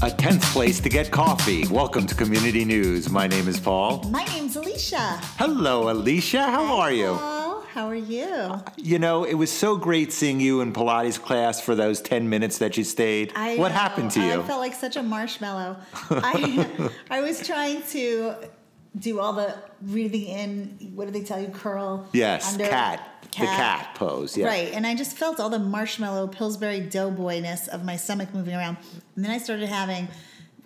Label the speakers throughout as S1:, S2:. S1: A 10th place to get coffee. Welcome to Community News. My name is Paul.
S2: My name's Alicia.
S1: Hello, Alicia. How are you?
S2: Hello, how are you?
S1: You know, it was so great seeing you in Pilates class for those 10 minutes that you stayed.
S2: I
S1: what
S2: know,
S1: happened to you?
S2: I felt like such a marshmallow. I, I was trying to do all the breathing in, what do they tell you, curl?
S1: yes,
S2: under-
S1: cat, The cat pose. Yeah.
S2: Right, and I just felt all the marshmallow Pillsbury doughboyness of my stomach moving around. And then I started having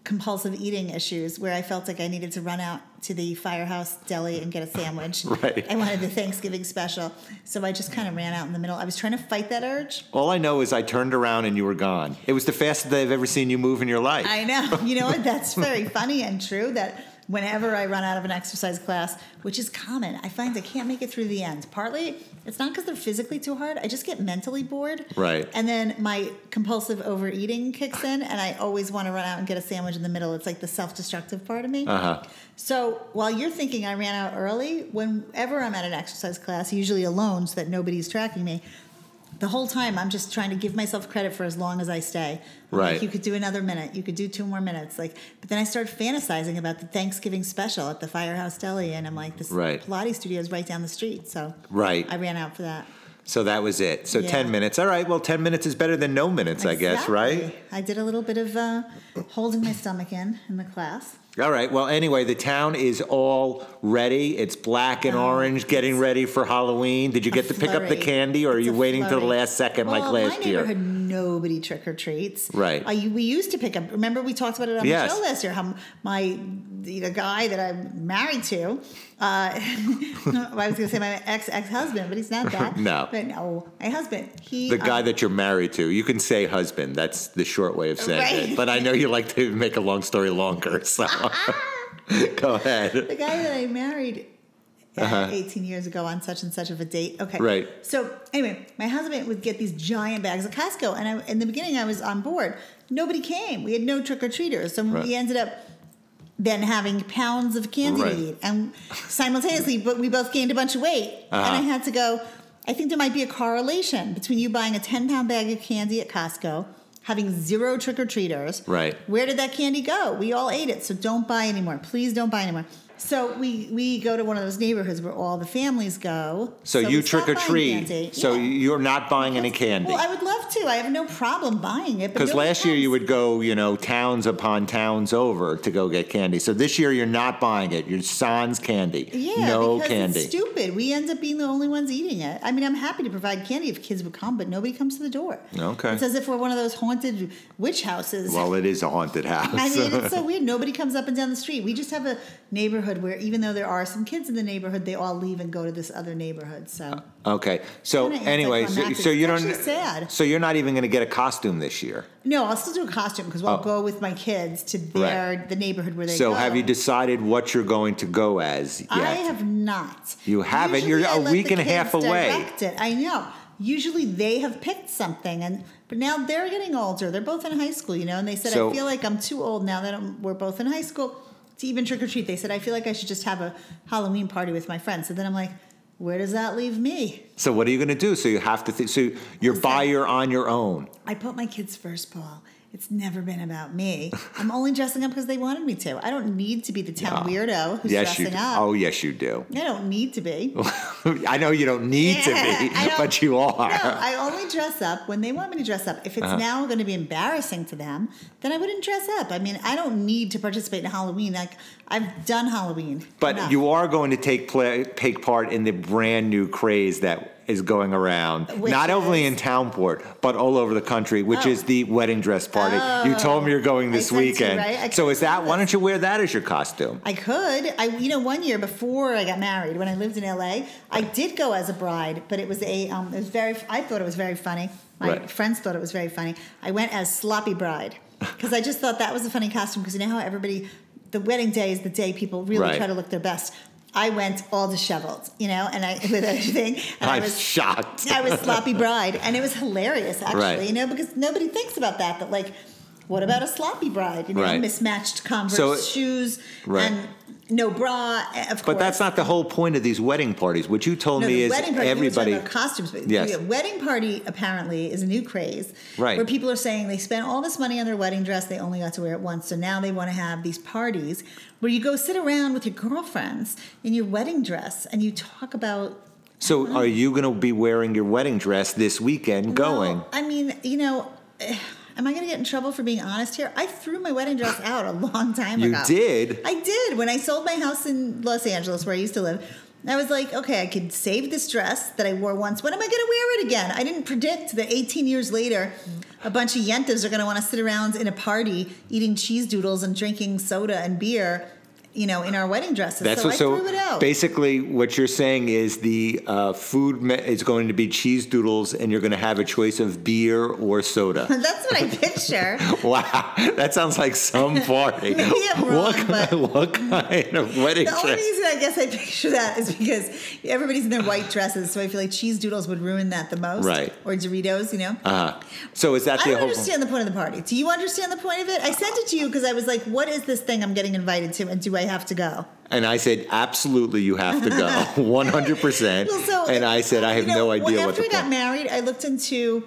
S2: compulsive eating issues where I felt like I needed to run out to the firehouse deli and get a sandwich.
S1: Right.
S2: I wanted the Thanksgiving special. So I just kind of ran out in the middle. I was trying to fight that urge.
S1: All I know is I turned around and you were gone. It was the fastest that I've ever seen you move in your life.
S2: I know. You know what? That's very funny and true that whenever I run out of an exercise class, which is common, I find I can't make it through the end. Partly, it's not because they're physically too hard. I just get mentally bored.
S1: Right.
S2: And then my compulsive overeating kicks in, and I always want to run out and get a sandwich in the middle. It's like the self destructive part of me.
S1: uh-huh.
S2: So while you're thinking I ran out early, whenever I'm at an exercise class, usually alone so that nobody's tracking me, the whole time I'm just trying to give myself credit for as long as I stay. I'm
S1: Right.
S2: Like you could do another minute, you could do two more minutes. Like but then I start fantasizing about the Thanksgiving special at the Firehouse Deli and I'm like this
S1: Right.
S2: Pilates studio is right down the street. So
S1: Right.
S2: I ran out for that.
S1: So that was it. So
S2: Yeah.
S1: 10 minutes. All right. Well, 10 minutes is better than no minutes, I guess, right?
S2: Exactly. I did a little bit of uh, holding my stomach in in the class.
S1: All right. Well, anyway, the town is all ready. It's black and
S2: Oh,
S1: orange, getting ready for Halloween. Did you get to pick up the
S2: flurry.
S1: candy, or are
S2: It's
S1: you
S2: a
S1: waiting till the
S2: flurry.
S1: last second,
S2: well,
S1: like last
S2: my
S1: year?
S2: neighborhood, nobody trick or treats.
S1: Right.
S2: Uh, you- we used to pick up. Remember, we talked about it on
S1: Yes.
S2: the show last year. How m- my the, the guy that I'm married to, uh, I was going to say my ex ex husband, but he's not that.
S1: No.
S2: but no, my husband. He
S1: The
S2: uh,
S1: guy that you're married to. You can say husband. That's the short way of saying it.
S2: Right. Uh-huh.
S1: But I know you like to make a long story longer. So
S2: ah!
S1: go ahead.
S2: the guy that I married uh, 18 years ago on such and such of a date. Okay.
S1: Uh-huh. Right.
S2: So anyway, my husband would get these giant bags of Costco, and I, in the beginning, I was on board. Nobody came. We had no trick or treaters, so
S1: Right.
S2: we ended up then having pounds of candy
S1: Right.
S2: to eat, and simultaneously, but we both gained a bunch of weight, and I
S1: Uh-huh.
S2: had to go. I think there might be a correlation between you buying a 10 pound bag of candy at Costco. Having zero trick or treaters,
S1: Right.
S2: where did that candy go? We all ate it, so don't buy anymore. Please don't buy anymore. So we we go to one of those neighborhoods where all the families go.
S1: So,
S2: we
S1: you
S2: stop
S1: trick or
S2: buying
S1: treat.
S2: candy.
S1: So
S2: Yeah.
S1: you're not buying any candy.
S2: Well, I would love to. I have no problem buying it. but
S1: Because
S2: nobody
S1: last year
S2: comes.
S1: you would go, you know, towns upon towns over to go get candy. So this year you're not buying it. You're sans candy.
S2: Yeah,
S1: no
S2: because
S1: candy.
S2: It's stupid. We end up being the only ones eating it. I mean, I'm happy to provide candy if kids would come, but nobody comes to the door.
S1: Okay.
S2: It's as if we're one of those haunted witch houses.
S1: Well, it is a haunted house.
S2: I mean, it's so weird. Nobody comes up and down the street. We just have a neighborhood where, even though there are some kids in the neighborhood, they all leave and go to this other neighborhood. So
S1: okay. So
S2: Kinda
S1: anyway, so,
S2: anticlimactic.
S1: so you
S2: It's
S1: don't.
S2: actually sad.
S1: So you're not even going to get a costume this year.
S2: no, I'll still do a costume because we'll
S1: Oh.
S2: go with my kids to their the neighborhood where they.
S1: so
S2: go.
S1: have you decided what you're going to go as yet?
S2: I have not.
S1: You haven't?
S2: Usually
S1: You're
S2: I
S1: a
S2: let
S1: week
S2: the
S1: and a half
S2: kids
S1: away.
S2: direct it. I know. Usually they have picked something, and but now they're getting older. They're both in high school, you know. And they said,
S1: So-
S2: "I feel like I'm too old now that I'm, we're both in high school to even trick or treat." They said, "I feel like I should just have a Halloween party with my friends." So then I'm like, "Where does that leave me?"
S1: so what are you going to do? So you have to. Th- so you're by you're on your own.
S2: I put my kids first, Paul. It's never been about me. I'm only dressing up because they wanted me to. I don't need to be the town weirdo who's
S1: Oh. yes, you.
S2: dressing
S1: Do.
S2: up.
S1: Oh, yes, you do.
S2: I don't need to be.
S1: I know you don't need to
S2: Yeah, I
S1: be,
S2: don't-
S1: but you are. Uh-huh.
S2: No, I only dress up when they want me to dress up. If it's now going to be embarrassing to them, then I wouldn't dress up. I mean, I don't need to participate in Halloween. Like I've done Halloween.
S1: But
S2: enough.
S1: you are going to take play, take part in the brand new craze that is going around,
S2: Which
S1: not only
S2: is-
S1: in Townport but all over the country, which
S2: Oh.
S1: is the wedding dress party. you told me you're going
S2: I
S1: this
S2: sent you,
S1: weekend.
S2: right? I
S1: So is
S2: couldn't
S1: that? Why don't you wear that as your costume?
S2: I could. I you know one year before I got married, when I lived in LA, I did go as a bride, but it was a um, it was very. I thought it was very funny. My
S1: Right.
S2: friends thought it was very funny. I went as sloppy bride because I just thought that was a funny costume. Because you know how everybody, the wedding day is the day people really
S1: Right.
S2: try to look their best. I went all disheveled, you know, and I with everything, and I
S1: I'm
S2: was
S1: shocked.
S2: I was sloppy bride, and it was hilarious actually.
S1: Right.
S2: You know, because nobody thinks about that. That like, what about a sloppy bride? You know,
S1: Right.
S2: mismatched Converse
S1: So-
S2: shoes
S1: Right.
S2: and no bra, eh, of course.
S1: But that's not the whole point of these wedding parties. What you told
S2: No,
S1: me
S2: the
S1: is
S2: wedding party, we were talking
S1: everybody.
S2: about costumes. But
S1: Yes.
S2: yeah, wedding party apparently is a new craze,
S1: Right.
S2: Where people are saying they spent all this money on their wedding dress, they only got to wear it once, so now they want to have these parties where you go sit around with your girlfriends in your wedding dress and you talk about
S1: So
S2: Uh-huh.
S1: are you going to be wearing your wedding dress this weekend going?
S2: Well, I mean, you know, eh, am I going to get in trouble for being honest here? I threw my wedding dress out a long time
S1: You
S2: ago.
S1: did?
S2: I did. When I sold my house in Los Angeles, where I used to live, I was like, okay, I could save this dress that I wore once. When am I going to wear it again? I didn't predict that 18 years later, a bunch of yentas are going to want to sit around in a party eating cheese doodles and drinking soda and beer. You know, in our wedding dresses,
S1: That's
S2: so
S1: what,
S2: I
S1: so
S2: threw it out.
S1: basically what you're saying is the uh, food me- is going to be cheese doodles and you're going to have a choice of beer or soda.
S2: That's what I picture.
S1: wow, that sounds like some party.
S2: Maybe I'm wrong,
S1: what,
S2: but-
S1: kind, what kind of wedding
S2: The only
S1: dress?
S2: reason I guess I picture that is because everybody's in their white dresses, so I feel like cheese doodles would ruin that the most.
S1: Right.
S2: Or Doritos, you know?
S1: Uh-huh. So is that
S2: I
S1: the
S2: don't
S1: whole
S2: understand the point of the party. Do you understand the point of it? I sent it to you because I was like, what is this thing I'm getting invited to and do I have to go?
S1: And I said, absolutely, you have to go, 100%.
S2: Well, so-
S1: and I said, I have
S2: you know,
S1: no idea
S2: well,
S1: what
S2: After
S1: the
S2: I got
S1: point-
S2: married, I looked into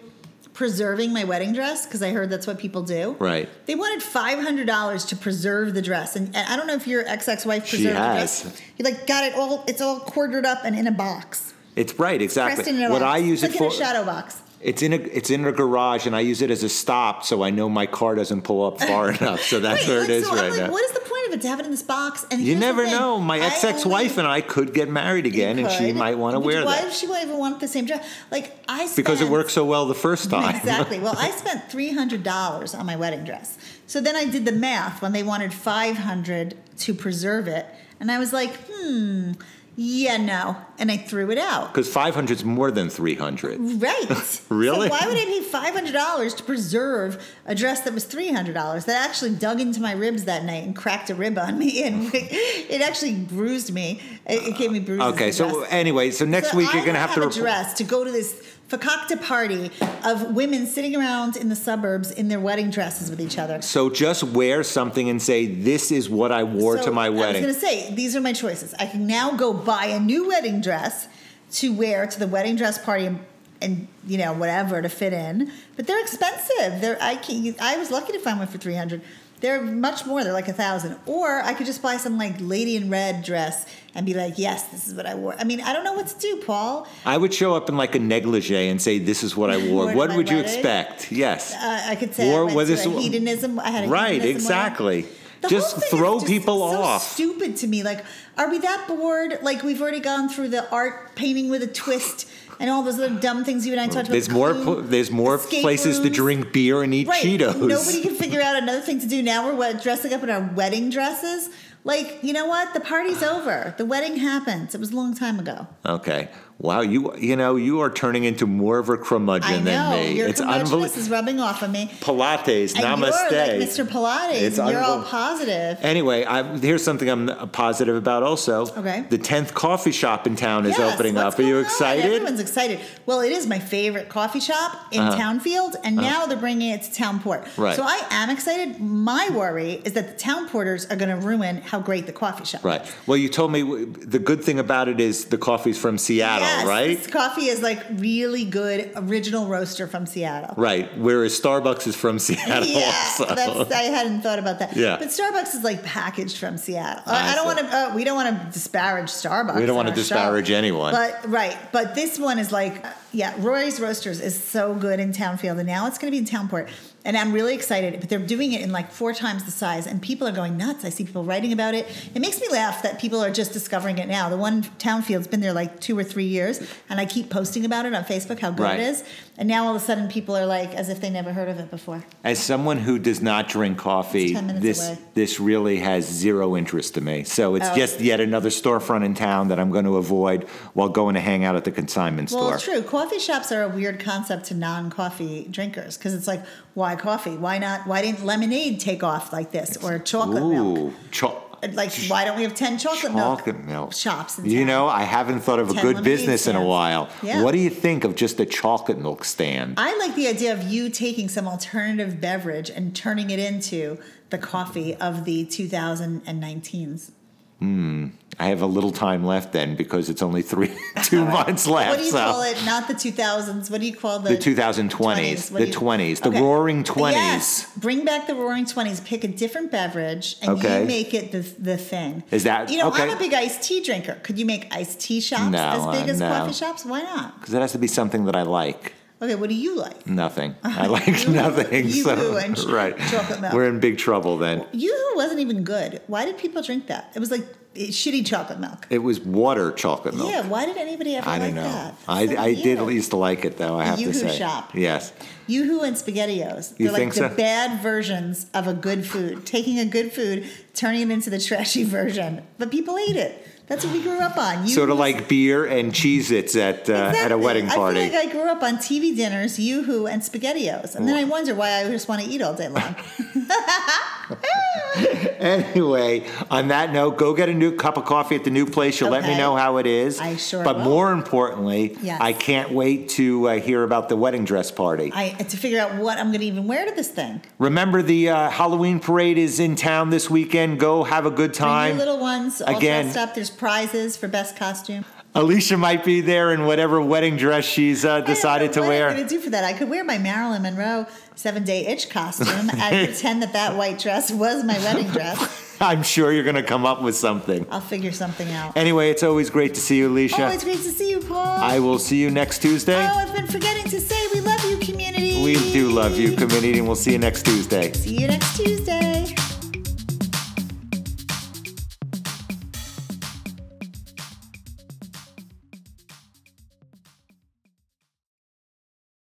S2: preserving my wedding dress because I heard that's what people do.
S1: Right.
S2: They wanted five hundred dollars to preserve the dress, and, and I don't know if your ex ex wife
S1: She
S2: preserved
S1: has.
S2: the dress. You like got it all; it's all quartered up and in a box.
S1: It's right,
S2: pressed
S1: exactly.
S2: in a
S1: What
S2: box.
S1: I use
S2: It's
S1: it
S2: like
S1: for,
S2: in a shadow box.
S1: it's in a it's in a garage, and I use it as a stop, so I know my car doesn't pull up far enough. So that's
S2: Right,
S1: where
S2: like,
S1: it is
S2: so
S1: right
S2: I'm like,
S1: now.
S2: What is the point of it to have it in this box? And
S1: you
S2: here's the
S1: never
S2: thing,
S1: know. My
S2: I
S1: ex ex wife
S2: only-
S1: and I could get married again, and she
S2: could,
S1: might want to
S2: but
S1: wear
S2: Why
S1: that
S2: does she even want the same dress? Like I spent,
S1: because it worked so well the first time.
S2: Exactly. Well, I spent three hundred dollars on my wedding dress. So then I did the math when they wanted five hundred to preserve it, and I was like, hmm, yeah, no, and I threw it out.
S1: Because 500 is more than 300.
S2: Right.
S1: Really?
S2: So why would I pay five hundred dollars to preserve a dress that was three hundred dollars? That actually dug into my ribs that night and cracked a rib on me, and it actually bruised me. It, it gave me bruises.
S1: Okay,
S2: the
S1: so
S2: dress.
S1: anyway, so next
S2: So
S1: week
S2: I
S1: you're going to have to
S2: a
S1: report.
S2: dress to go to this fakakta party of women sitting around in the suburbs in their wedding dresses with each other.
S1: So just wear something and say, this is what I wore
S2: So
S1: to my wedding.
S2: I was going to say these are my choices. I can now go buy a new wedding dress to wear to the wedding dress party and, and you know whatever to fit in, but they're expensive. They're I can I was lucky to find one for three hundred. They're much more. They're like a thousand. Or I could just buy some like lady in red dress and be like, yes, this is what I wore. I mean, I don't know what to do, Paul.
S1: I would show up in like a negligee and say, "This is what I wore."
S2: Wore to
S1: what
S2: my
S1: would you
S2: wedding?
S1: expect? Yes,
S2: Uh, I could say
S1: Or
S2: I went
S1: was
S2: to
S1: this-
S2: a hedonism. I had a
S1: right,
S2: hedonism wedding.
S1: exactly.
S2: The whole
S1: Just
S2: thing
S1: throw
S2: is just
S1: people
S2: so
S1: off.
S2: Stupid to me. Like, are we that bored? Like, we've already gone through the art painting with a twist and all those little dumb things you and I talked about.
S1: There's more.
S2: Clue,
S1: pl- there's more
S2: escape
S1: places to
S2: rooms.
S1: drink beer and eat
S2: Right.
S1: Cheetos.
S2: Nobody can figure out another thing to do. Now we're wed- dressing up in our wedding dresses. Like, you know what? The party's over. The wedding happens. It was a long time ago.
S1: okay. Wow. You you know you are turning into more of a curmudgeon
S2: I know.
S1: than me.
S2: Your
S1: it's
S2: curmudgeonness
S1: unbelievable.
S2: is rubbing off on me.
S1: Pilates.
S2: And
S1: namaste.
S2: you're like Mr. Pilates.
S1: It's
S2: and you're all
S1: unbelievable.
S2: positive.
S1: Anyway, I, here's something I'm positive about also.
S2: Okay.
S1: The 10th coffee shop in town is
S2: Yes,
S1: opening
S2: what's
S1: up. Are you
S2: going on?
S1: excited?
S2: Everyone's excited. Well, it is my favorite coffee shop in Townfield, and now they're bringing it to Townport.
S1: Uh-huh. Right.
S2: So I am excited. My worry is that the Townporters are going to ruin how great the coffee shop.
S1: Right. Well, you told me w- the good thing about it is the coffee's from Seattle,
S2: Yes,
S1: right?
S2: This coffee is like really good original roaster from Seattle.
S1: Right. Whereas Starbucks is from Seattle.
S2: Yeah,
S1: also.
S2: that's, I hadn't thought about that.
S1: Yeah.
S2: but Starbucks is like packaged from Seattle.
S1: I
S2: I, don't
S1: see.
S2: want to. Uh, we don't want to disparage Starbucks.
S1: We don't
S2: on
S1: wanna
S2: our show.
S1: disparage anyone.
S2: But right, but this one is like, uh, yeah, Rory's Roasters is so good in Townfield, and now it's going to be in Townport, and I'm really excited. But they're doing it in like four times the size, and people are going nuts. I see people writing about it. It makes me laugh that people are just discovering it now. The one Townfield's been there like two or three years, and I keep posting about it on Facebook how good
S1: Right.
S2: it is, and now all of a sudden people are like as if they never heard of it before.
S1: As someone who does not drink coffee,
S2: It's 10 minutes
S1: this
S2: away.
S1: this really has zero interest to me. So it's
S2: Oh.
S1: just yet another storefront in town that I'm going to avoid while going to hang out at the consignment
S2: Well, it's
S1: store.
S2: true. Coffee shops are a weird concept to non-coffee drinkers because it's like, why coffee? Why not? Why didn't lemonade take off like this or chocolate milk?
S1: Ooh, cho-
S2: Like, why don't we have ten chocolate,
S1: chocolate milk.
S2: milk, shops? In
S1: You
S2: town?
S1: know, I haven't thought of a
S2: Ten
S1: good
S2: lemonade
S1: business in a
S2: stands.
S1: while.
S2: Yeah.
S1: What do you think of just a chocolate milk stand?
S2: I like the idea of you taking some alternative beverage and turning it into the coffee of the 2019s.
S1: I have a little time left then because it's only three, two months left.
S2: What do you
S1: so.
S2: call it? Not the 2000s. What do you call the,
S1: The 2020s,
S2: 20s, what
S1: the
S2: do you-
S1: 20s, the
S2: Okay.
S1: roaring 20s.
S2: Yes. Bring back the roaring 20s. Pick a different beverage and
S1: Okay.
S2: you make it the, the thing.
S1: Is that-
S2: You know,
S1: okay.
S2: I'm a big iced tea drinker. Could you make iced tea shops
S1: No,
S2: as big
S1: uh,
S2: as
S1: no.
S2: coffee shops? Why not?
S1: Because it has to be something that I like.
S2: Okay, what do you like?
S1: Nothing. I like nothing.
S2: you
S1: so,
S2: woo and ch-
S1: right.
S2: chocolate milk.
S1: We're in big trouble then.
S2: You wasn't even good. Why did people drink that? It was like eh, shitty chocolate milk.
S1: It was water chocolate milk.
S2: Yeah, why did anybody ever
S1: I
S2: like
S1: don't know.
S2: that?
S1: I,
S2: So
S1: I did
S2: weird.
S1: used to like it though. I have to
S2: Yoo-hoo
S1: say.
S2: shop.
S1: Yes.
S2: Yoo-hoo and SpaghettiOs.
S1: You
S2: They're
S1: think
S2: like the
S1: so?
S2: bad versions of a good food. Taking a good food, turning it into the trashy version. But people ate it. That's what we grew up on.
S1: Sort of
S2: Yoo-hoo's-
S1: like beer and cheese. It's at uh, at a
S2: Exactly.
S1: wedding party.
S2: I feel like I grew up on TV dinners, Yoo-hoo and SpaghettiOs. And then I wonder why I just want to eat all day long.
S1: Anyway, on that note, go get a new cup of coffee at the new place. You'll let me
S2: Okay.
S1: know how it is.
S2: I sure
S1: But
S2: will.
S1: more importantly,
S2: Yes.
S1: I can't wait to uh, hear about the wedding dress party.
S2: I to figure out what I'm going to even wear to this thing.
S1: Remember, the uh, Halloween parade is in town this weekend. Go have a good
S2: Bring
S1: time.
S2: your little ones all
S1: Again.
S2: dressed up. There's prizes for best costume.
S1: Alicia might be there in whatever wedding dress she's uh, decided to
S2: what
S1: wear.
S2: I'm going to do for that. I could wear my Marilyn Monroe seven day itch costume and pretend that that white dress was my wedding dress.
S1: I'm sure you're going to come up with something.
S2: I'll figure something out.
S1: Anyway, it's always great to see you, Alicia.
S2: Oh, it's great to see you, Paul.
S1: I will see you next Tuesday.
S2: oh, I've been forgetting to say we love you, community.
S1: we do love you, community, and we'll see you next Tuesday.
S2: See you next Tuesday.